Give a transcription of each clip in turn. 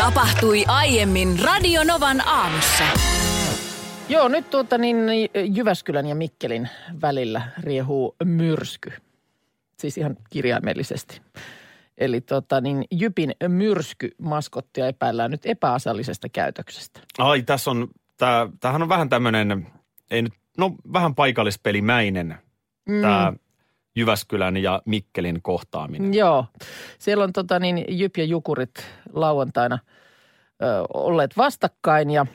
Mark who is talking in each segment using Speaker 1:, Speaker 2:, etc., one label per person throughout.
Speaker 1: Tapahtui aiemmin Radionovan aamussa.
Speaker 2: Joo, nyt tuota niin niin Jyväskylän ja Mikkelin välillä riehuu myrsky. Siis ihan kirjaimellisesti. Eli tota niin, Jypin myrsky maskottia epäillään nyt epäasiallisesta käytöksestä.
Speaker 3: Ai, tässä on, tää, tämähän on vähän tämmöinen, ei nyt, no vähän paikallispelimäinen mm. tämä Jyväskylän ja Mikkelin kohtaaminen.
Speaker 2: Joo, siellä on tota niin, Jyp ja Jukurit lauantaina ö, olleet vastakkain ja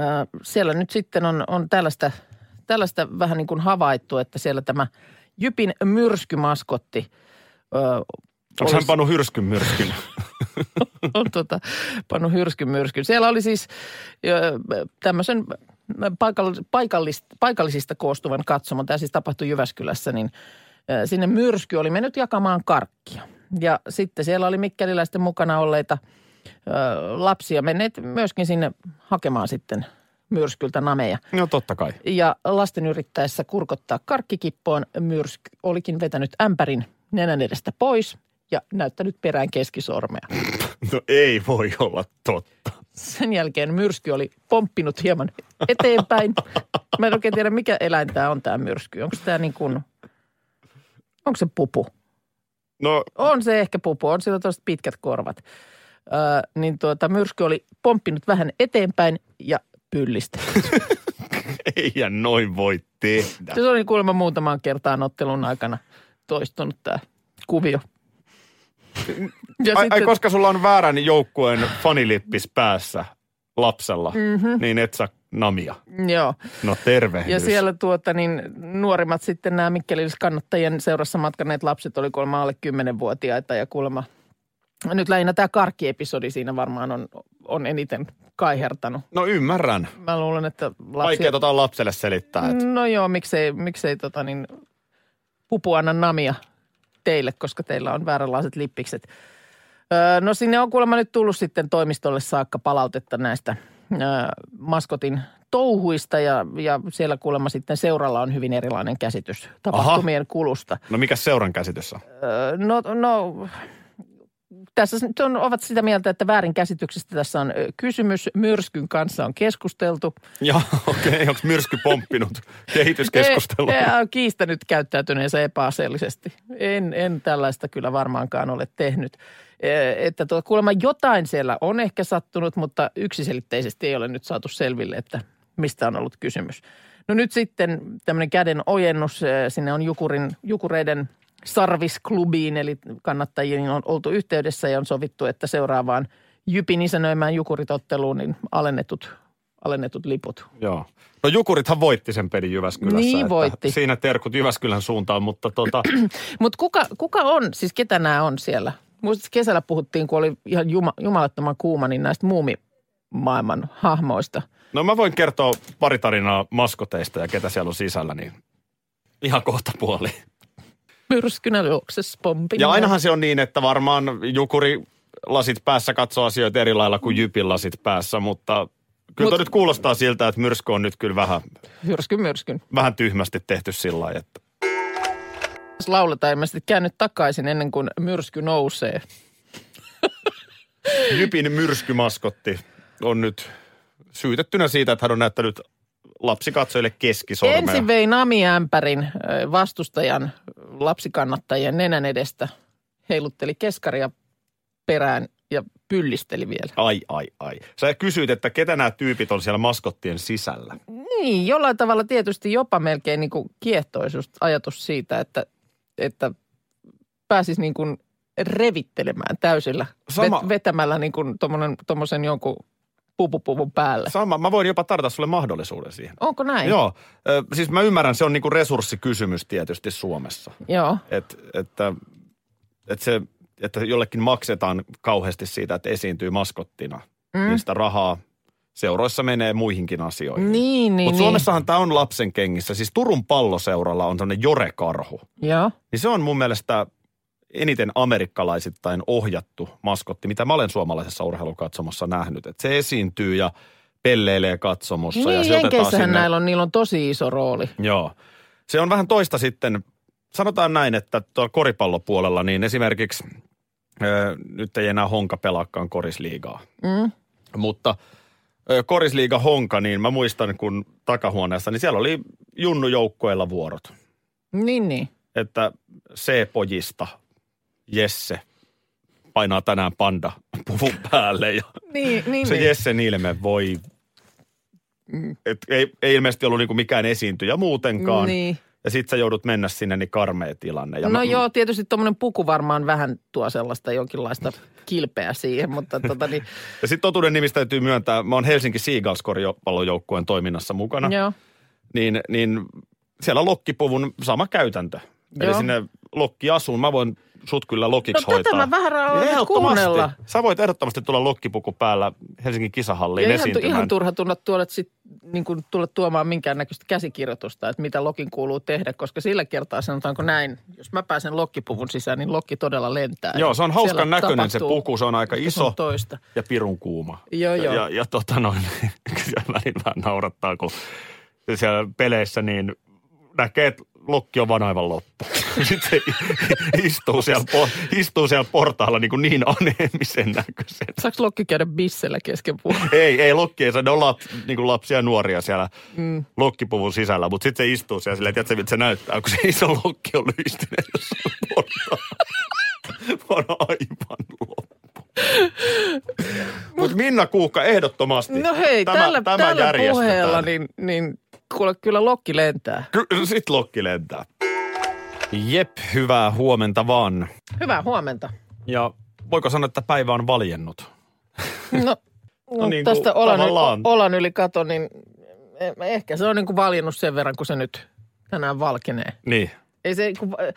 Speaker 2: ö, siellä nyt sitten on, on tällaista, tällaista vähän niin kuin havaittu, että siellä tämä Jypin myrskymaskotti ö,
Speaker 3: Onko hän
Speaker 2: olisi-
Speaker 3: pannut hyrskyn myrskyn?
Speaker 2: on tota, pannut hyrskyn myrskyn. Siellä oli siis ö, tämmöisen paikall- paikallist, paikallisista koostuvan katsomon, tämä siis tapahtui Jyväskylässä, niin ö, sinne myrsky oli mennyt jakamaan karkkia. Ja sitten siellä oli mikkeliläisten mukana olleita ö, lapsia menneet myöskin sinne hakemaan sitten myrskyltä nameja.
Speaker 3: no totta kai.
Speaker 2: Ja lasten yrittäessä kurkottaa karkkikippoon myrsky olikin vetänyt ämpärin nenän edestä pois ja näyttänyt perään keskisormea.
Speaker 3: No ei voi olla totta.
Speaker 2: Sen jälkeen myrsky oli pomppinut hieman eteenpäin. Mä en oikein tiedä, mikä eläin tämä on tämä myrsky. Onko tämä niin kuin, onko se pupu?
Speaker 3: No
Speaker 2: On se ehkä pupu, on sillä tuollaiset pitkät korvat. Öö, niin tuota, myrsky oli pomppinut vähän eteenpäin ja pyllistänyt.
Speaker 3: ei ja noin voi tehdä.
Speaker 2: Se oli kuulemma muutamaan kertaan ottelun aikana toistunut tämä kuvio. Ja
Speaker 3: Ai, ai koska sulla on väärän joukkueen fanilippis päässä lapsella, mm-hmm. niin et saa namia.
Speaker 2: joo.
Speaker 3: No tervehdys.
Speaker 2: Ja siellä tuota, niin nuorimmat sitten nämä Mikkelilis-kannattajien seurassa matkaneet lapset oli kuulemma alle 10-vuotiaita ja kuulemma nyt lähinnä tämä karkkiepisodi siinä varmaan on, on eniten kaihertanut.
Speaker 3: No ymmärrän.
Speaker 2: Mä luulen, että lapsi...
Speaker 3: Vaikea tota on lapselle selittää. Et.
Speaker 2: No joo, miksei, miksei tota niin, pupu anna namia teille, koska teillä on vääränlaiset lippikset. Öö, no sinne on kuulemma nyt tullut sitten toimistolle saakka palautetta näistä öö, maskotin touhuista ja, ja siellä kuulemma sitten seuralla on hyvin erilainen käsitys tapahtumien kulusta.
Speaker 3: No mikä seuran käsitys on?
Speaker 2: Öö, no, no tässä nyt on, ovat sitä mieltä, että väärinkäsityksestä tässä on ö, kysymys. Myrskyn kanssa on keskusteltu.
Speaker 3: Joo, okei. Okay. Onko myrsky pomppinut kehityskeskustelua?
Speaker 2: En, en ole kiistänyt käyttäytyneensä epäasiallisesti. En, en tällaista kyllä varmaankaan ole tehnyt. Eh, Että tuo, kuulemma jotain siellä on ehkä sattunut, mutta yksiselitteisesti ei ole nyt saatu selville, että mistä on ollut kysymys. No nyt sitten tämmöinen käden ojennus eh, sinne on Jukurin, Jukureiden sarvisklubiin, eli kannattajiin on oltu yhteydessä ja on sovittu, että seuraavaan Jypin isännöimään Jukuritotteluun niin alennetut, alennetut liput
Speaker 3: Joo. No Jukurithan voitti sen pelin Jyväskylässä.
Speaker 2: Niin
Speaker 3: että
Speaker 2: voitti.
Speaker 3: Siinä terkut Jyväskylän suuntaan, mutta tota,
Speaker 2: Mutta kuka, kuka on, siis ketä nämä on siellä? Muistat, kesällä puhuttiin, kun oli ihan juma, jumalattoman kuuma, niin näistä muumimaailman hahmoista.
Speaker 3: no mä voin kertoa pari tarinaa maskoteista ja ketä siellä on sisällä, niin ihan kohta puoli.
Speaker 2: Myrskynä luokses pompi.
Speaker 3: Ja ainahan se on niin, että varmaan Jukuri lasit päässä katsoo asioita eri lailla kuin Jypin lasit päässä, mutta kyllä
Speaker 2: Mut-
Speaker 3: Mut... nyt kuulostaa siltä, että myrsky on nyt kyllä vähän,
Speaker 2: Myrskyn, myrskyn.
Speaker 3: vähän tyhmästi tehty sillä lailla, että
Speaker 2: Jos lauletaan, en mä sitten käänny takaisin ennen kuin myrsky nousee.
Speaker 3: Jypin myrskymaskotti on nyt syytettynä siitä, että hän on näyttänyt lapsikatsojille keskisormea.
Speaker 2: Ensin vei namiämpärin ö, vastustajan lapsikannattajien nenän edestä, heilutteli keskaria perään ja pyllisteli vielä.
Speaker 3: Ai, ai, ai. Sä kysyit, että ketä nämä tyypit on siellä maskottien sisällä.
Speaker 2: Niin, jollain tavalla tietysti jopa melkein niin kuin kiehtoisuus ajatus siitä, että, että pääsis niin kuin revittelemään täysillä,
Speaker 3: Sama-
Speaker 2: Vet, vetämällä niin kuin tommonen, tommosen jonkun pupupuvun päälle. Sa-
Speaker 3: Sama, mä voin jopa tarjota sulle mahdollisuuden siihen.
Speaker 2: Onko näin?
Speaker 3: Joo, ö, siis mä ymmärrän, se on niinku resurssikysymys tietysti Suomessa.
Speaker 2: Joo.
Speaker 3: Et, että, et se että jollekin maksetaan kauheasti siitä, että esiintyy maskottina. Mm. Niin sitä rahaa seuroissa menee muihinkin asioihin.
Speaker 2: Niin, niin,
Speaker 3: Mutta
Speaker 2: niin.
Speaker 3: Suomessahan tämä on lapsen kengissä. Siis Turun palloseuralla on tämmöinen Jore-karhu.
Speaker 2: Joo.
Speaker 3: Niin se on mun mielestä eniten amerikkalaisittain ohjattu maskotti, mitä mä olen suomalaisessa urheilukatsomossa nähnyt. Et se esiintyy ja pelleilee katsomossa. ja
Speaker 2: Niin,
Speaker 3: se otetaan
Speaker 2: Jenkeissähän
Speaker 3: sinne.
Speaker 2: näillä on, niillä on tosi iso rooli.
Speaker 3: Joo. Se on vähän toista sitten, sanotaan näin, että tuolla koripallopuolella niin esimerkiksi, ö, nyt ei enää honka pelaakaan korisliigaa,
Speaker 2: Mm.
Speaker 3: mutta ö, korisliiga honka, niin mä muistan kun takahuoneessa, niin siellä oli junnujoukkoilla vuorot.
Speaker 2: Niin, niin.
Speaker 3: Että C-pojista Jesse painaa tänään panda puvun päälle ja
Speaker 2: Niin, niin,
Speaker 3: se
Speaker 2: niin. Mm.
Speaker 3: Jessen ilme voi... Et ei, ei ilmeisesti ollut niinku mikään esiintyjä muutenkaan.
Speaker 2: Niin.
Speaker 3: Ja sit sä joudut mennä sinne, niin karmea tilanne. Ja
Speaker 2: No joo, tietysti tuommoinen puku varmaan vähän tuo sellaista jonkinlaista kilpeä siihen, mutta tota niin,
Speaker 3: Ja sit totuuden nimissä täytyy myöntää, mä oon Helsinki Seagulls koripallojoukkueen toiminnassa mukana.
Speaker 2: joo.
Speaker 3: Niin, niin siellä lokkipuvun sama käytäntö. Joo. Eli
Speaker 2: Joo.
Speaker 3: sinne lokkiasuun. Mä voin sut kyllä lokiksi
Speaker 2: No tätä
Speaker 3: hoitaa.
Speaker 2: mä vähän aloin
Speaker 3: Ehdottomasti.
Speaker 2: kuunnella.
Speaker 3: Sä voit ehdottomasti tulla lokkipuku päällä Helsingin kisahalliin
Speaker 2: Ja ihan, tu-
Speaker 3: esiintymään.
Speaker 2: ihan turha tulla, tuoda sit, niin kuin tulla tuomaan minkäännäköistä käsikirjoitusta, että mitä lokin kuuluu tehdä, koska sillä kertaa sanotaanko näin, jos mä pääsen lokkipuvun sisään, niin lokki todella lentää.
Speaker 3: Joo, se on hauskan
Speaker 2: Siellä
Speaker 3: näköinen se
Speaker 2: tapahtuu
Speaker 3: puku, se on aika
Speaker 2: sun
Speaker 3: iso.
Speaker 2: Toista.
Speaker 3: ja pirun kuuma.
Speaker 2: Joo, joo.
Speaker 3: Ja, ja tota noin, ja välillä vähän naurattaa, kun siellä peleissä niin näkee, että lokki on vaan aivan loppu. Sitten se istuu siellä, po- istuu siellä portaalla niin, kuin niin aneemisen näköisen.
Speaker 2: Saaks lokki käydä bissellä kesken puolen?
Speaker 3: Ei, ei lokki, ei saa, ne on lap, niin kuin lapsia ja nuoria siellä mm. lokkipuvun sisällä, mutta sitten se istuu siellä silleen, tiedätkö, miltä se näyttää, kun se iso lokki on lyistinen jossain portaalla. Vaan aivan loppu. Mutta Minna Kuukka ehdottomasti.
Speaker 2: No hei,
Speaker 3: Niin. tämä,
Speaker 2: tällä,
Speaker 3: tämä
Speaker 2: tällä
Speaker 3: järjestetään.
Speaker 2: puheella niin, niin kuule, kyllä lokki lentää.
Speaker 3: Ky- sit lokki lentää. Jep, hyvää huomenta vaan.
Speaker 2: Hyvää huomenta.
Speaker 3: Ja voiko sanoa, että päivä on valjennut?
Speaker 2: No, no
Speaker 3: niin
Speaker 2: niin tästä
Speaker 3: kuin
Speaker 2: olan,
Speaker 3: tavallaan.
Speaker 2: olan yli kato, niin eh, ehkä se on niin kuin valjennut sen verran, kun se nyt tänään valkenee.
Speaker 3: Niin.
Speaker 2: Ei se, kun, eh,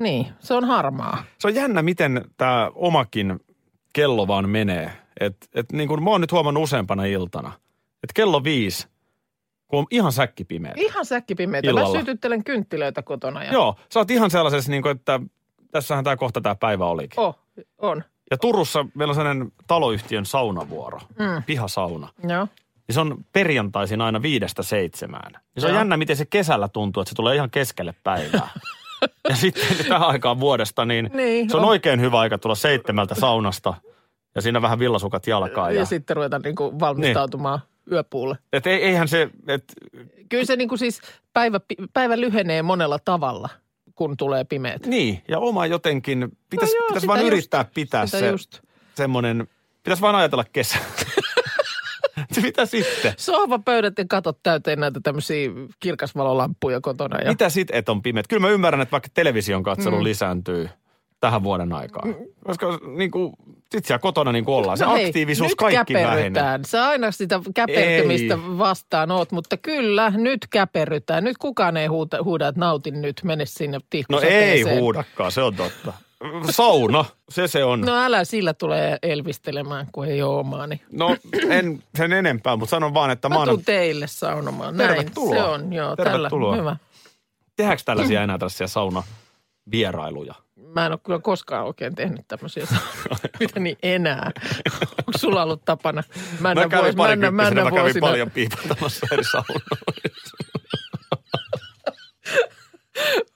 Speaker 2: niin, se on harmaa.
Speaker 3: se on jännä, miten tämä omakin kello vaan menee. Et, et niin kuin mä oon nyt huomannut useampana iltana, että kello viisi, kun on ihan säkkipimeä.
Speaker 2: Ihan säkkipimeitä. Mä
Speaker 3: Illalla.
Speaker 2: sytyttelen kynttilöitä kotona. Ja...
Speaker 3: Joo, sä oot ihan sellaisessa, niin kuin, että tässähän tämä kohta tämä päivä olikin.
Speaker 2: Oh, on.
Speaker 3: Ja Turussa meillä on sellainen taloyhtiön saunavuoro, mm. pihasauna.
Speaker 2: Joo.
Speaker 3: Niin se on perjantaisin aina viidestä seitsemään. Ja se on
Speaker 2: Joo.
Speaker 3: jännä, miten se kesällä tuntuu, että se tulee ihan keskelle päivää. ja sitten tähän aikaan vuodesta, niin,
Speaker 2: Niin,
Speaker 3: se on,
Speaker 2: on.
Speaker 3: oikein hyvä aika tulla seitsemältä saunasta. Ja siinä vähän villasukat jalkaa.
Speaker 2: Ja,
Speaker 3: Ja,
Speaker 2: ja sitten ruveta niin kuin valmistautumaan niin. yöpuulle.
Speaker 3: et ei, eihän se, et,
Speaker 2: Kyllä se niin kuin siis päivä, pi- päivä lyhenee monella tavalla, kun tulee pimeät.
Speaker 3: niin, ja oma jotenkin, pitäisi
Speaker 2: joo,
Speaker 3: no pitäis
Speaker 2: sitä
Speaker 3: vaan
Speaker 2: just,
Speaker 3: yrittää pitää
Speaker 2: sitä
Speaker 3: se
Speaker 2: just.
Speaker 3: semmoinen, pitäisi vaan ajatella kesä. Se Mitä sitten?
Speaker 2: Sohvapöydät ja katot täyteen näitä tämmöisiä kirkasvalolampuja kotona. Ja...
Speaker 3: Mitä sit, et on pimeät? Kyllä mä ymmärrän, että vaikka television katselu mm. lisääntyy tähän vuoden
Speaker 2: Mm.
Speaker 3: aikaan. Koska niin kuin, sit siellä kotona niin kuin ollaan. Se no
Speaker 2: hei,
Speaker 3: aktiivisuus
Speaker 2: nyt
Speaker 3: kaikki vähenee.
Speaker 2: käperrytään. Sä aina sitä käpertymistä
Speaker 3: Ei.
Speaker 2: ei. vastaan oot, mutta kyllä, nyt käperrytään. Nyt kukaan ei huuta, huuda, että nautin nyt, mene sinne
Speaker 3: No ei
Speaker 2: tihkusateeseen.
Speaker 3: huudakaan, se on totta. Sauna, se se on. No,
Speaker 2: No älä sillä tulee elvistelemään, kun ei ole omaa, niin
Speaker 3: no en sen enempää, mutta sanon vaan, että
Speaker 2: mä
Speaker 3: maana...
Speaker 2: tuun teille saunomaan. Näin,
Speaker 3: Tervetuloa.
Speaker 2: se on, joo,
Speaker 3: Tervetuloa.
Speaker 2: tällä, hyvä.
Speaker 3: Tehdäänkö tällaisia enää tällaisia saunavierailuja?
Speaker 2: Mä en ole kyllä koskaan oikein tehnyt tämmöisiä mitä niin enää. Onko sulla ollut tapana? Mä
Speaker 3: Mä
Speaker 2: en
Speaker 3: kävin
Speaker 2: mä en, mä en
Speaker 3: parikymppisenä, mä kävin
Speaker 2: vuosina-
Speaker 3: paljon piipattamassa eri saunoissa.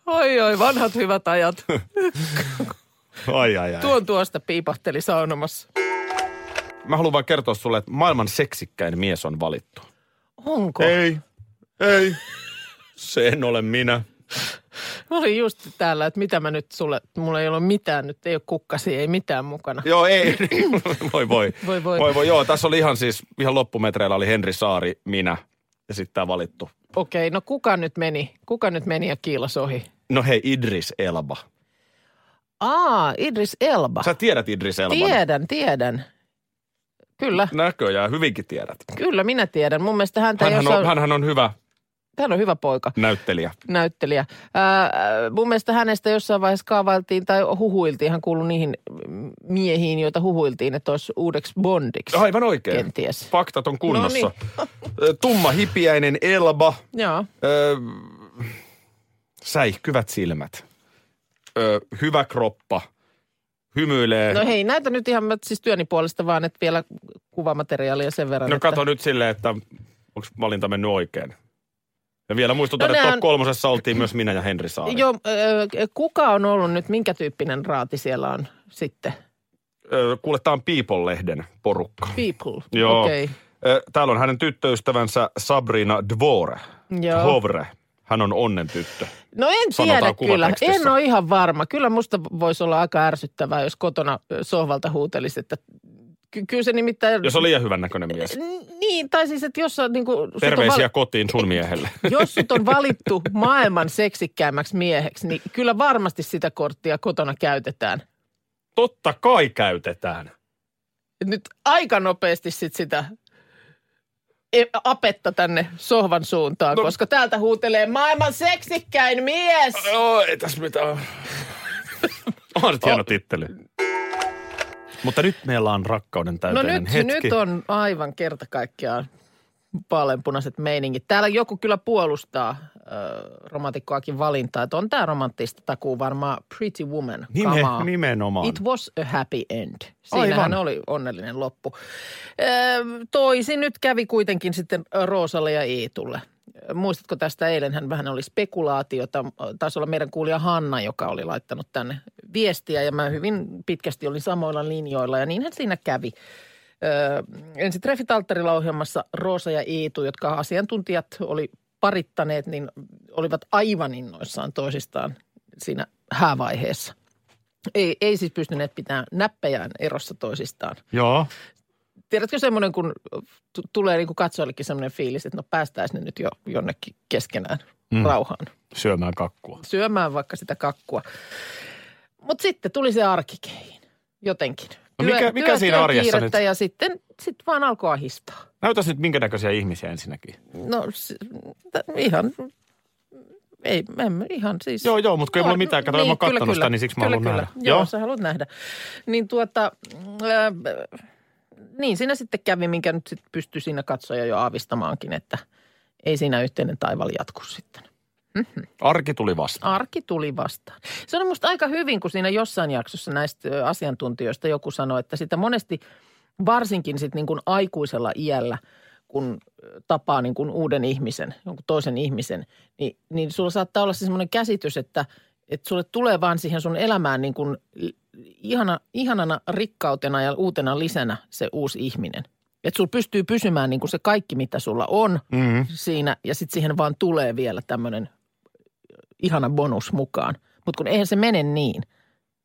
Speaker 2: Oi, oi, vanhat hyvät ajat.
Speaker 3: Ai, ai, ai.
Speaker 2: Tuon tuosta piipahteli saunomassa.
Speaker 3: Mä haluan vaan kertoa sulle, että maailman seksikkäin mies on valittu.
Speaker 2: Onko?
Speaker 3: Ei, ei. Se en ole minä.
Speaker 2: Mä olin just täällä, että mitä mä nyt sulle, mulla ei ole mitään nyt, ei ole kukkasi, ei mitään mukana.
Speaker 3: Joo, ei. voi, voi.
Speaker 2: Voi, voi.
Speaker 3: voi, voi. Joo, tässä oli ihan siis, ihan loppumetreillä oli Henri Saari, minä ja sitten tämä valittu.
Speaker 2: Okei, no kuka nyt meni? Kuka nyt meni ja kiilas ohi?
Speaker 3: No hei, Idris Elba.
Speaker 2: Aa, Idris Elba.
Speaker 3: Sä tiedät Idris Elban.
Speaker 2: tiedän, tiedän. Kyllä,
Speaker 3: Näköjään, hyvinkin tiedät.
Speaker 2: kyllä minä tiedän. Mun mielestä häntä ei
Speaker 3: Hänhän
Speaker 2: osaa...
Speaker 3: on, hänhän on hyvä
Speaker 2: hän on hyvä poika,
Speaker 3: näyttelijä.
Speaker 2: näyttelijä. Ää, ää, mun mielestä hänestä jossain vaiheessa kaavailtiin tai huhuiltiin, hän kuului niihin mm, miehiin, joita huhuiltiin, että olisi uudeksi Bondiksi.
Speaker 3: Aivan oikein.
Speaker 2: Kenties. No niin.
Speaker 3: Faktat on kunnossa. Ö, Tumma hipiäinen Elba,
Speaker 2: Joo.
Speaker 3: ö, säihkyvät silmät, ö, hyvä kroppa, hymyilee.
Speaker 2: No hei, näitä nyt ihan mä siis työni puolesta vaan, että vielä kuvamateriaalia sen verran.
Speaker 3: No
Speaker 2: että-
Speaker 3: kato nyt silleen, että onko valinta mennyt oikein. Ja vielä muistutan,
Speaker 2: No
Speaker 3: no, että
Speaker 2: nää
Speaker 3: top
Speaker 2: on-
Speaker 3: kolmosessa oltiin myös minä ja Henri Saari.
Speaker 2: Joo, ö, kuka on ollut nyt, minkä tyyppinen raati siellä on sitten?
Speaker 3: Ö, Kuule, tämä on People-lehden porukka.
Speaker 2: People.
Speaker 3: Joo.
Speaker 2: Okei.
Speaker 3: Ö, Täällä on hänen tyttöystävänsä Sabrina Dvore.
Speaker 2: Joo.
Speaker 3: Hovre. Hän on onnen tyttö.
Speaker 2: No en tiedä
Speaker 3: Sanotaan
Speaker 2: kyllä.
Speaker 3: kuvatekstissä.
Speaker 2: En ole ihan varma. Kyllä musta voisi olla aika ärsyttävää, jos kotona ö, sohvalta huutelisi, että ky- kyllä se nimittäin...
Speaker 3: Jos on liian hyvän näköinen mies.
Speaker 2: N- Niin, tai siis, että jos on, niin kuin,
Speaker 3: Terveisiä kotiin sun miehelle.
Speaker 2: jos sut on valittu maailman seksikkäämmäksi mieheksi, niin kyllä varmasti sitä korttia kotona käytetään.
Speaker 3: Totta kai käytetään.
Speaker 2: Et nyt aika nopeasti sit sitä e- apetta tänne sohvan suuntaan, no.
Speaker 3: No.
Speaker 2: koska täältä huutelee maailman seksikkäin mies. No
Speaker 3: Joo, ei tässä mitään. Onhan se hieno titteli. Mutta nyt meillä on rakkauden
Speaker 2: No
Speaker 3: täyteinen
Speaker 2: nyt,
Speaker 3: hetki.
Speaker 2: nyt on aivan kerta kaikkiaan vaaleanpunaiset meiningit. Täällä joku kyllä puolustaa ö, romantikkoakin valintaa, että on tämä romanttista takuu varmaan Pretty Woman
Speaker 3: Nime,
Speaker 2: kamaa.
Speaker 3: nimenomaan.
Speaker 2: It was a happy end. Siinähän
Speaker 3: Aivan.
Speaker 2: oli onnellinen loppu. Ö, toisin nyt kävi kuitenkin sitten Roosalle ja Iitulle. Muistatko tästä eilen, hän vähän oli spekulaatiota. Taisi olla meidän kuulija Hanna, joka oli laittanut tänne viestiä ja mä hyvin pitkästi olin samoilla linjoilla ja niinhän siinä kävi. Öö, ensi Treffit alttarilla ohjelmassa Roosa ja Iitu, jotka asiantuntijat oli parittaneet, niin olivat aivan innoissaan toisistaan siinä häävaiheessa. Ei, ei siis pystyneet pitämään näppejään erossa toisistaan.
Speaker 3: Joo.
Speaker 2: Tiedätkö semmoinen, kun t- tulee niin katsojallekin semmoinen fiilis, että no päästäisiin ne nyt jo jonnekin keskenään mm. rauhaan
Speaker 3: Syömään kakkua.
Speaker 2: syömään vaikka sitä kakkua. Mutta sitten tuli se arkikeihin jotenkin.
Speaker 3: No mikä- mikä siinä
Speaker 2: työn
Speaker 3: arjessa
Speaker 2: kiirettä
Speaker 3: nyt?
Speaker 2: Ja sitten sit vaan alkoi ahistaa.
Speaker 3: Näytäs nyt minkä näköisiä ihmisiä ensinnäkin.
Speaker 2: No s- t- ihan, ei, emme, ihan siis.
Speaker 3: Joo, joo, mutta kun ei mulla
Speaker 2: Nuor-
Speaker 3: mitään. Kato, en mä kattonut sitä, niin siksi mä
Speaker 2: kyllä,
Speaker 3: haluan
Speaker 2: kyllä.
Speaker 3: nähdä.
Speaker 2: Joo,
Speaker 3: Joo.
Speaker 2: sä haluat nähdä. Niin tuota, äh, niin siinä sitten kävi, minkä nyt sit pystyi siinä katsoja jo aavistamaankin, että ei siinä yhteinen taival jatku sitten.
Speaker 3: Arki tuli vastaan.
Speaker 2: Arki tuli vastaan. Se on musta aika hyvin, kun siinä jossain jaksossa näistä ö, asiantuntijoista joku sanoi, että sitä monesti varsinkin sit niin kuin aikuisella iällä, kun ö, tapaa niin kuin uuden ihmisen, jonkun toisen ihmisen, niin, niin sulla saattaa olla se semmoinen käsitys, että, että sulle tulee vaan siihen sun elämään niin kuin ihana, ihanana rikkautena ja uutena lisänä se uusi ihminen. Että sulla pystyy pysymään niin kuin se kaikki, mitä sulla on
Speaker 3: Mm.
Speaker 2: siinä ja sitten siihen vaan tulee vielä tämmöinen ihana bonus mukaan. Mutta kun eihän se mene niin.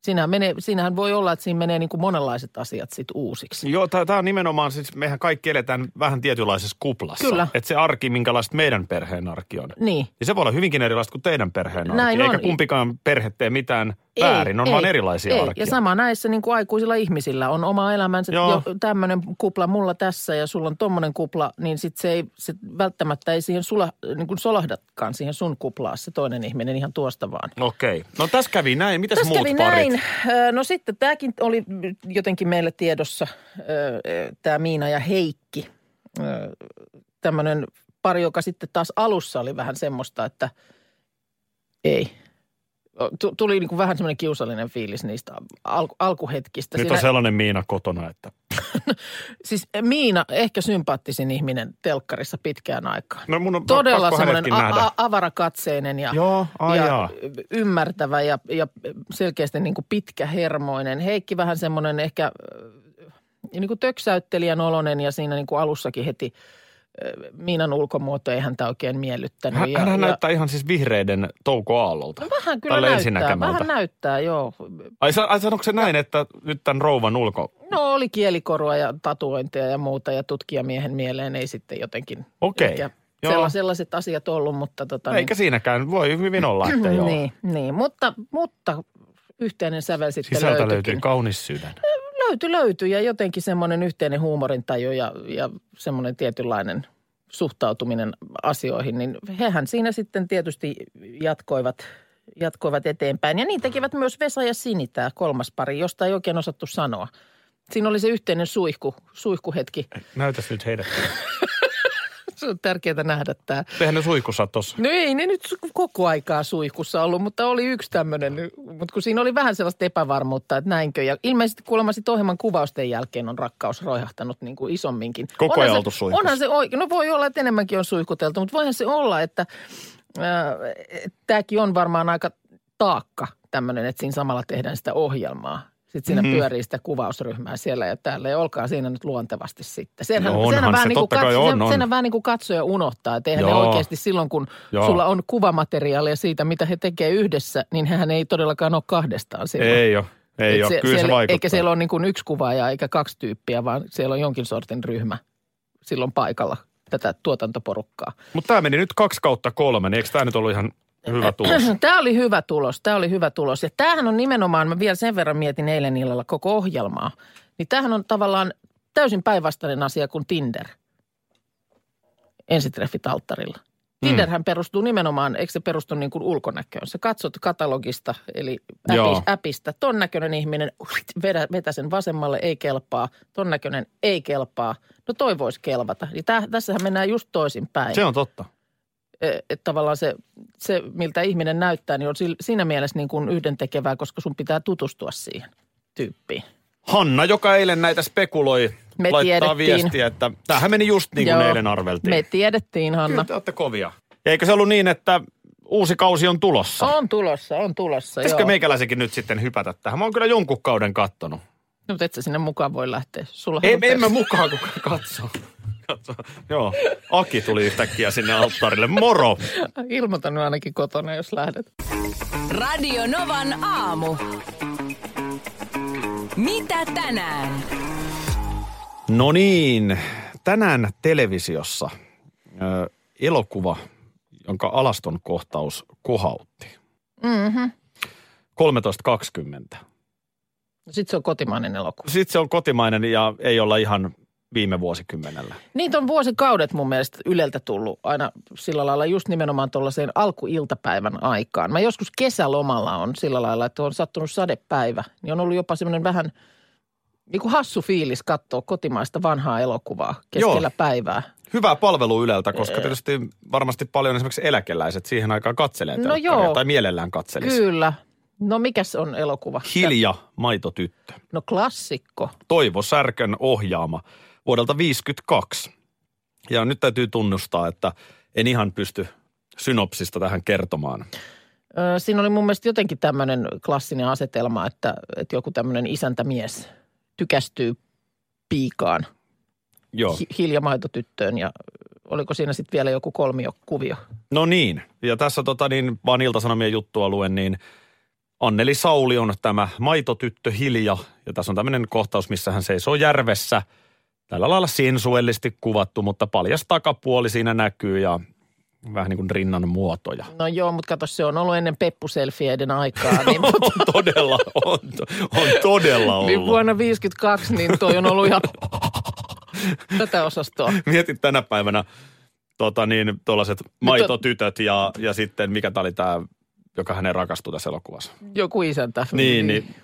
Speaker 2: Siinähän, menee, siinähän voi olla, että siinä menee niin kuin monenlaiset asiat sit uusiksi.
Speaker 3: Joo, tämä on nimenomaan, siis mehän kaikki eletään vähän tietynlaisessa kuplassa.
Speaker 2: Kyllä.
Speaker 3: Että se arki, minkälaista meidän perheen arki on.
Speaker 2: Niin.
Speaker 3: Niin se voi olla hyvinkin erilaista kuin teidän perheen arki.
Speaker 2: Näin
Speaker 3: Eikä
Speaker 2: on.
Speaker 3: kumpikaan perhe tee mitään väärin, on vaan erilaisia
Speaker 2: ei.
Speaker 3: arkia.
Speaker 2: Ja sama näissä niin kuin aikuisilla ihmisillä on oma elämänsä.
Speaker 3: Joo.
Speaker 2: Jo, tämmöinen kupla mulla tässä ja sulla on tommonen kupla, niin sit se ei se välttämättä ei siihen sula, niin kuin solahdatkaan siihen sun kuplaas se toinen ihminen ihan tuosta vaan.
Speaker 3: Okei. No tässä kävi näin. Mitäs
Speaker 2: Tässä
Speaker 3: muut
Speaker 2: kävi
Speaker 3: parit?
Speaker 2: näin. Ö, No sitten tämäkin oli jotenkin meillä tiedossa, tämä Miina ja Heikki. Tämmöinen pari, joka sitten taas alussa oli vähän semmoista, että ei. Tu- Tuli niin kuin vähän semmoinen kiusallinen fiilis niistä alku- alkuhetkistä.
Speaker 3: Nyt on sellainen Miina kotona, että...
Speaker 2: Siis Miina, ehkä sympaattisin ihminen telkkarissa pitkään aikaan.
Speaker 3: No mun on
Speaker 2: Todella
Speaker 3: pakko
Speaker 2: semmoinen
Speaker 3: hänetkin nähdä.
Speaker 2: a- a- avarakatseinen ja
Speaker 3: Joo, ai
Speaker 2: ja
Speaker 3: jaa.
Speaker 2: ymmärtävä ja, ja selkeästi niin kuin pitkähermoinen. Heikki vähän semmoinen ehkä äh, niin kuin töksäyttelijän olonen ja siinä niin kuin alussakin heti äh, Miinan ulkomuoto ei häntä oikein miellyttänyt.
Speaker 3: Hän,
Speaker 2: ja,
Speaker 3: hän
Speaker 2: ja No
Speaker 3: näyttää ihan siis vihreiden Touko Aallolta.
Speaker 2: Vähän kyllä
Speaker 3: tällä
Speaker 2: näyttää,
Speaker 3: ensinäkemältä.
Speaker 2: vähän näyttää, joo.
Speaker 3: Ai, sa- ai sanoiko se näin, että nyt tämän rouvan ulko...
Speaker 2: No oli kielikorua ja tatuointeja ja muuta ja tutkijamiehen mieleen ei sitten jotenkin
Speaker 3: Okei,
Speaker 2: ehkä
Speaker 3: joo.
Speaker 2: sella- sellaiset asiat ollut, mutta tota
Speaker 3: Eikä siinäkään, voi hyvin olla, että joo.
Speaker 2: niin, niin, mutta, mutta yhteinen sävel sitten
Speaker 3: Sisältä
Speaker 2: löytyikin.
Speaker 3: löytyy kaunis sydän.
Speaker 2: Löyty löytyy ja jotenkin semmoinen yhteinen huumorintaju ja, ja semmoinen tietynlainen suhtautuminen asioihin, niin hehän siinä sitten tietysti jatkoivat, jatkoivat eteenpäin. Ja niin tekivät myös Vesa ja Sinitää, kolmas pari, josta ei oikein osattu sanoa. Siinä oli se yhteinen suihku, suihkuhetki.
Speaker 3: Näytäs nyt heidät.
Speaker 2: Se on tärkeää nähdä tämä.
Speaker 3: Tehän ne suikussa tossa.
Speaker 2: No ei ne nyt su- koko aikaa suihkussa ollut, mutta oli yksi tämmöinen. Mutta kun siinä oli vähän sellaista epävarmuutta, että näinkö. Ja ilmeisesti kuulemma sit ohjelman kuvausten jälkeen on rakkaus roihahtanut niin kuin isomminkin.
Speaker 3: Koko ajan
Speaker 2: Onhan se-
Speaker 3: oltu suihkussa.
Speaker 2: Onhan se oikein. No voi olla, että enemmänkin on suihkuteltu, mutta voihan se olla, että tämäkin on varmaan aika taakka tämmöinen, että siinä samalla tehdään sitä ohjelmaa. Sitten siinä
Speaker 3: Mhm.
Speaker 2: mm-hmm. pyörii sitä kuvausryhmää siellä ja täällä. Ja olkaa siinä nyt luontevasti sitten. Senhän,
Speaker 3: No onhan
Speaker 2: senhän
Speaker 3: se,
Speaker 2: vähän niin
Speaker 3: totta
Speaker 2: kuin
Speaker 3: kai
Speaker 2: katso-
Speaker 3: on,
Speaker 2: sen-
Speaker 3: on.
Speaker 2: senhän vähän niin kuin katsoja unohtaa. Että eihän ne
Speaker 3: Joo.
Speaker 2: oikeasti silloin, kun
Speaker 3: Joo.
Speaker 2: sulla on kuvamateriaalia siitä, mitä he tekee yhdessä, niin hän ei todellakaan ole kahdestaan silloin.
Speaker 3: Ei ole. Ei
Speaker 2: Et
Speaker 3: ole. Kyllä se
Speaker 2: siellä,
Speaker 3: vaikuttaa.
Speaker 2: Eikä siellä ole niin kuin yksi kuvaaja eikä kaksi tyyppiä, vaan siellä on jonkin sortin ryhmä silloin paikalla tätä tuotantoporukkaa.
Speaker 3: Mutta tämä meni nyt kaksi kautta kolme, niin eikö tämä nyt ollut ihan hyvä tulos?
Speaker 2: Tämä oli hyvä tulos, tämä oli hyvä tulos. Ja tämähän on nimenomaan, mä vielä sen verran mietin eilen illalla koko ohjelmaa, niin tämähän on tavallaan täysin päinvastainen asia kuin Tinder. Ensitreffit alttarilla.
Speaker 3: Mm.
Speaker 2: Tinderhän perustuu nimenomaan, eikö se perustu niin kuin ulkonäköön? Sä katsot katalogista, eli
Speaker 3: Joo.
Speaker 2: äpi, äpistä, ton näköinen ihminen, vedä, vetä sen vasemmalle, ei kelpaa, ton näköinen ei kelpaa. No toi voisi kelvata. Niin täh, tässähän mennään just toisinpäin
Speaker 3: Se on totta.
Speaker 2: e, että tavallaan se, se, miltä ihminen näyttää, niin on sil- siinä mielessä niin kuin yhdentekevää, koska sun pitää tutustua siihen tyyppiin.
Speaker 3: Hanna, joka eilen näitä spekuloi,
Speaker 2: Me
Speaker 3: laittaa
Speaker 2: tiedettiin.
Speaker 3: viestiä, että tämähän meni just niin kuin
Speaker 2: Joo.
Speaker 3: eilen arveltiin.
Speaker 2: Me tiedettiin,
Speaker 3: Kyllä
Speaker 2: Hanna.
Speaker 3: te olette kovia. Ja eikö se ollut niin, että uusi kausi on tulossa?
Speaker 2: On tulossa, on tulossa,
Speaker 3: Pitäisikö
Speaker 2: joo.
Speaker 3: meikäläisenkin nyt sitten hypätä tähän? Mä oon kyllä jonkun kauden kattonut.
Speaker 2: No, mutta et sä sinne mukaan voi lähteä. Sulla
Speaker 3: En, en mä mukaan, kun katso. katso. Joo, Aki tuli yhtäkkiä sinne alttarille. Moro!
Speaker 2: Ilmoitan nyt ainakin kotona, jos lähdet.
Speaker 4: Radio Novan aamu. Mitä tänään?
Speaker 3: No niin, tänään televisiossa ö, elokuva, jonka alaston kohtaus kohautti.
Speaker 2: Mm-hmm.
Speaker 3: 13.20.
Speaker 2: Sitten se on kotimainen elokuva.
Speaker 3: Sitten se on kotimainen ja ei olla ihan viime vuosikymmenellä.
Speaker 2: Niitä on vuosikaudet mun mielestä Yleltä tullut aina sillä lailla just nimenomaan tuollaiseen alkuiltapäivän aikaan. Mä joskus kesälomalla on sillä lailla, että on sattunut sadepäivä, niin on ollut jopa semmoinen vähän niin kuin hassu fiilis katsoa kotimaista vanhaa elokuvaa keskellä
Speaker 3: Joo.
Speaker 2: päivää.
Speaker 3: Hyvää palvelu Yleltä, koska tietysti varmasti paljon esimerkiksi eläkeläiset siihen aikaan katselee
Speaker 2: No
Speaker 3: telkkaria
Speaker 2: joo.
Speaker 3: tai mielellään katselisi.
Speaker 2: Kyllä. No mikäs on elokuva?
Speaker 3: Hilja maitotyttö.
Speaker 2: No klassikko.
Speaker 3: Toivo Särkön ohjaama vuodelta 52. Ja nyt täytyy tunnustaa, että en ihan pysty synopsista tähän kertomaan.
Speaker 2: Ö, Siinä oli mun mielestä jotenkin tämmöinen klassinen asetelma, että, että joku tämmöinen isäntämies tykästyy piikaan –
Speaker 3: Joo.
Speaker 2: hi- hiljamaitotyttöön ja oliko siinä sitten vielä joku kolmiokuvio?
Speaker 3: No niin, ja tässä tota niin, vaan iltasanomien juttua luen, niin Anneli Sauli on tämä maitotyttö Hilja, ja tässä on tämmöinen kohtaus, missä hän seisoo järvessä. Tällä lailla sensuellisti kuvattu, mutta paljas takapuoli siinä näkyy ja vähän niin kuin rinnan muotoja.
Speaker 2: No joo, mutta kato, se on ollut ennen peppuselfieiden aikaa, niin,
Speaker 3: On todella, on, on todella
Speaker 2: niin
Speaker 3: ollut.
Speaker 2: vuonna 52, niin toi on ollut ihan tätä osastoa.
Speaker 3: Mietin tänä päivänä tota niin, tuollaiset maitotytöt ja, ja sitten mikä tämä oli tämä, joka hänen rakastui tässä elokuvassa.
Speaker 2: Joku isäntä.
Speaker 3: Niin, niin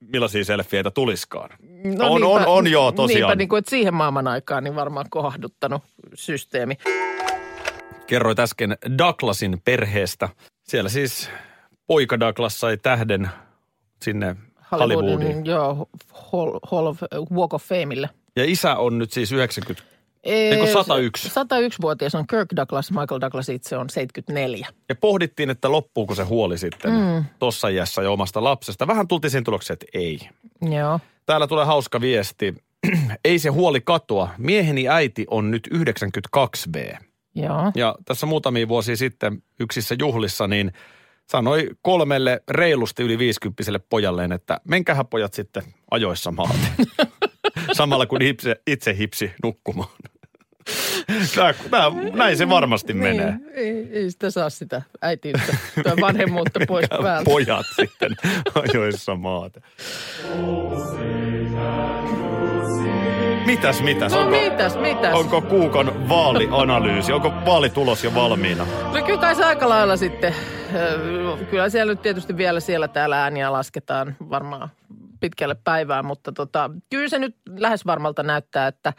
Speaker 3: millaisia selfieitä tuliskaan.
Speaker 2: No
Speaker 3: on, on, on joo, tosiaan.
Speaker 2: Niinpä, niin kuin, että siihen maailman aikaan niin varmaan kohahduttanut systeemi.
Speaker 3: Kerroit äsken Douglasin perheestä. Siellä siis poika Douglas sai tähden sinne Hollywoodiin.
Speaker 2: joo, Hall, Hall of Walk of Fameille.
Speaker 3: Ja isä on nyt siis 90.
Speaker 2: Ei,
Speaker 3: kun 101.
Speaker 2: 101-vuotias on Kirk Douglas, Michael Douglas itse on 74.
Speaker 3: Ja pohdittiin, että loppuuko se huoli sitten mm. tuossa iässä jo omasta lapsesta. Vähän tultiin siihen tulokseen, että ei.
Speaker 2: Joo.
Speaker 3: Täällä tulee hauska viesti. ei se huoli katoa. Mieheni äiti on nyt 92V.
Speaker 2: Joo.
Speaker 3: Ja tässä muutamia vuosia sitten yksissä juhlissa, niin sanoi kolmelle reilusti yli viisikymppiselle pojalleen, että menkähän pojat sitten ajoissa maate. Samalla kun itse, itse hipsi nukkumaan. Tää, tää, näin se varmasti menee.
Speaker 2: Niin, ei, ei sitä saa sitä äitiyttä tai vanhemmuutta pois
Speaker 3: Menkää
Speaker 2: päältä.
Speaker 3: Pojat sitten ajoissa maate. Mitäs, mitäs?
Speaker 2: No
Speaker 3: Onko,
Speaker 2: mitäs, mitäs?
Speaker 3: onko Kuukon vaalianalyysi? Onko vaalitulos jo valmiina?
Speaker 2: No kyllä kai se aika lailla sitten. Ö, Kyllä siellä nyt tietysti vielä siellä täällä ääniä lasketaan varmaan pitkälle päivään, mutta tota, kyllä se nyt lähes varmalta näyttää, että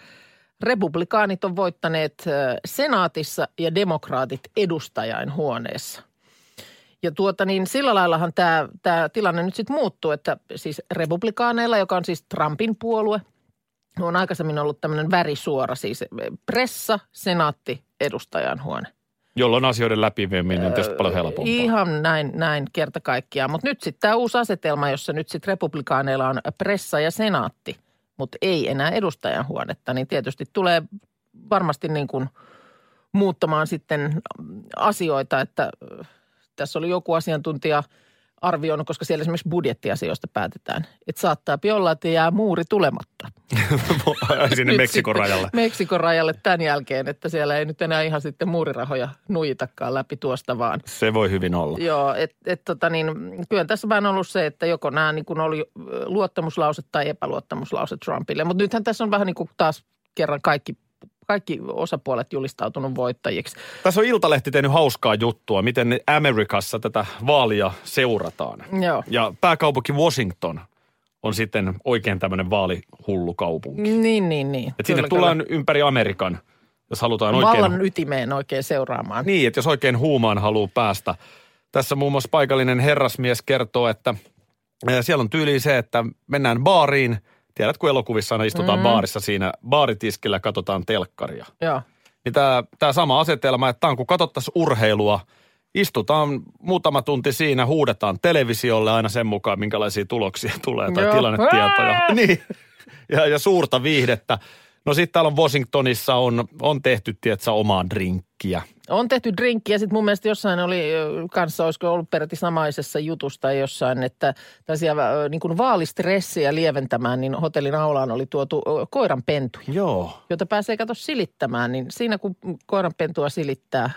Speaker 2: republikaanit on voittaneet ö, senaatissa ja demokraatit edustajain huoneessa. Ja tuota niin, sillä laillahan tämä, tämä tilanne nyt sitten muuttuu, että siis republikaaneilla, joka on siis Trumpin puolue, on aikaisemmin ollut tämmöinen värisuora, siis pressa, senaatti, edustajan huone.
Speaker 3: Jolloin asioiden läpivieminen on tietysti paljon helpompaa.
Speaker 2: Äh, Ihan näin, näin kerta kaikkiaan. Mutta nyt sitten tämä uusi asetelma, jossa nyt sitten republikaaneilla on pressa ja senaatti, mutta ei enää edustajanhuonetta, niin tietysti tulee varmasti niin kuin muuttamaan sitten asioita, että ö, tässä oli joku asiantuntija arvioinut, koska siellä esimerkiksi budjettiasioista päätetään, että saattaa olla, että jää muuri tulematta.
Speaker 3: Ai Sinne
Speaker 2: Nyt
Speaker 3: Meksikon
Speaker 2: sitten
Speaker 3: rajalle.
Speaker 2: Meksikon rajalle tämän jälkeen, että siellä ei nyt enää ihan sitten muurirahoja nuijitakaan läpi tuosta vaan.
Speaker 3: Se voi hyvin olla.
Speaker 2: Joo, et, et tota niin, kyllä tässä vähän ollut se, että joko nämä niin kuin oli luottamuslause tai epäluottamuslause Trumpille. Mutta nythän tässä on vähän niin kuin taas kerran kaikki, kaikki osapuolet julistautunut voittajiksi.
Speaker 3: Tässä on Iltalehti tehnyt hauskaa juttua, miten Amerikassa tätä vaalia seurataan.
Speaker 2: Joo.
Speaker 3: Ja pääkaupunki Washington on sitten oikein tämmöinen vaalihullu kaupunki.
Speaker 2: Niin, niin, niin.
Speaker 3: Et sinne tullaan ympäri Amerikan, jos halutaan
Speaker 2: kyllä.
Speaker 3: oikein...
Speaker 2: vallan ytimeen oikein seuraamaan.
Speaker 3: Niin, että jos oikein huumaan haluaa päästä. Tässä muun muassa paikallinen herrasmies kertoo, että eh, siellä on tyyli se, että mennään baariin. Tiedät, kun elokuvissa aina istutaan mm. baarissa siinä baaritiskillä, katsotaan telkkaria.
Speaker 2: Joo.
Speaker 3: Niin tämä, tämä sama asetelma, että tämä on kun katsottaisiin urheilua, istutaan muutama tunti siinä, huudetaan televisiolle aina sen mukaan, minkälaisia tuloksia tulee tai
Speaker 2: Joo.
Speaker 3: tilannetietoja.
Speaker 2: Ää!
Speaker 3: Niin, ja, ja suurta viihdettä. No sitten täällä on Washingtonissa on, on tehty, tietsä, omaa drinkkiä.
Speaker 2: On tehty drinkki ja sitten mun mielestä jossain oli ö, kanssa, olisiko ollut peräti samaisessa jutusta jossain, että tällaisia ö, niin kuin vaalistressiä lieventämään, niin hotellin aulaan oli tuotu ö, koiranpentuja.
Speaker 3: Joo.
Speaker 2: jota pääsee kato silittämään, niin siinä kun koiranpentua silittää,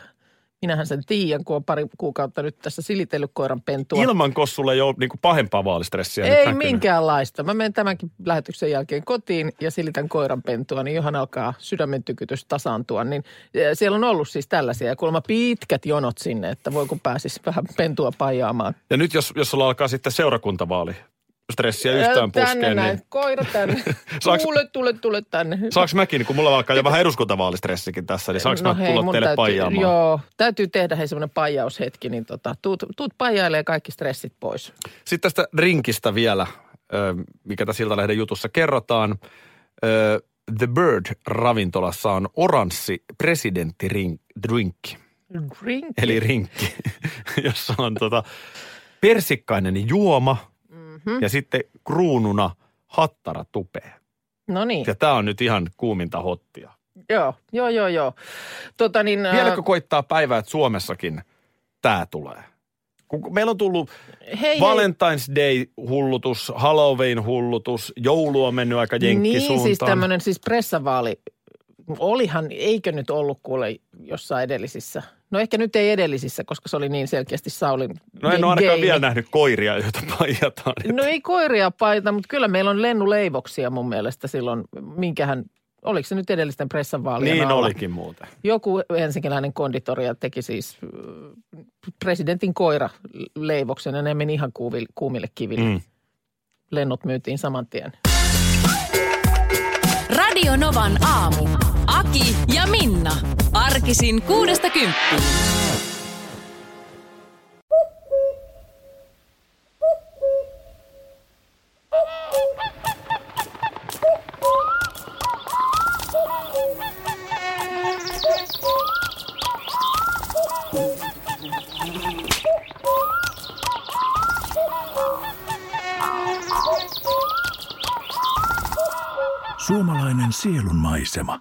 Speaker 2: minähän sen tiedän, kun on pari kuukautta nyt tässä silitellyt koiranpentua.
Speaker 3: Ilman kossulla ei ole niinku pahempaa vaalistressiä. nyt
Speaker 2: ei
Speaker 3: näkynyt.
Speaker 2: minkäänlaista. Mä menen tämänkin lähetyksen jälkeen kotiin ja silitän koiranpentua, niin johon alkaa sydämen tykytys tasaantua. Niin eh, siellä on ollut siis tällaisia ja kuulemma pitkät jonot sinne, että voi kun pääsisi vähän pentua pajaamaan.
Speaker 3: Ja nyt jos, jos sulla alkaa sitten seurakuntavaali stressiä yhtään
Speaker 2: tänne
Speaker 3: puskeen,
Speaker 2: näin,
Speaker 3: niin
Speaker 2: koira tänne.
Speaker 3: Saaks-
Speaker 2: Tule, tule, tule tänne.
Speaker 3: saaks mäkin, niin kun mulla alkaa jo vähän eduskuntavaalistressikin tässä, niin saaks mä
Speaker 2: No mun
Speaker 3: tulla teille
Speaker 2: täytyy,
Speaker 3: paijaamaan?
Speaker 2: Joo, täytyy tehdä hei semmoinen paijaushetki, niin tota, tuut, tuut paijailee kaikki stressit pois.
Speaker 3: Sitten tästä rinkistä vielä, ö, mikä tässä Iltalehden jutussa kerrotaan. Ö, The Bird-ravintolassa on oranssi presidenttidrinkki,
Speaker 2: Drink.
Speaker 3: eli rinkki, jossa on tota persikkainen juoma
Speaker 2: Mm-hmm.
Speaker 3: ja sitten kruununa hattara tupee.
Speaker 2: No niin,
Speaker 3: Ja tämä on nyt ihan kuuminta hottia.
Speaker 2: joo, joo, joo, joo. Tota niin, ää,
Speaker 3: Vieläkö koittaa päivää, että Suomessakin tämä tulee? Kun meillä on tullut
Speaker 2: hei,
Speaker 3: Valentine's Day-hullutus, Halloween-hullutus, joulu on mennyt aika
Speaker 2: hei,
Speaker 3: jenkkisuuntaan.
Speaker 2: niin siis tämmöinen siis pressavaali, olihan, eikö nyt ollut kuule jossain edellisissä? No ehkä nyt ei edellisissä, koska se oli niin selkeästi Saulin
Speaker 3: No en ole ainakaan
Speaker 2: geimi.
Speaker 3: vielä nähnyt koiria, joita paijataan.
Speaker 2: No ei koiria paita, mutta kyllä meillä on lennuleivoksia mun mielestä silloin, minkähän, oliko se nyt edellisten pressanvaalien
Speaker 3: niin
Speaker 2: alla?
Speaker 3: olikin muuten.
Speaker 2: Joku helsinkiläinen konditoria teki siis äh, presidentin koira leivoksen ja ne meni ihan kuuville, kuumille kiville. Mm.
Speaker 3: Mm.
Speaker 2: Lennot myytiin saman tien.
Speaker 4: Radio Novan aamu. Aki ja Minna. Arkisin kuudesta kymppiin.
Speaker 5: Suomalainen sielunmaisema.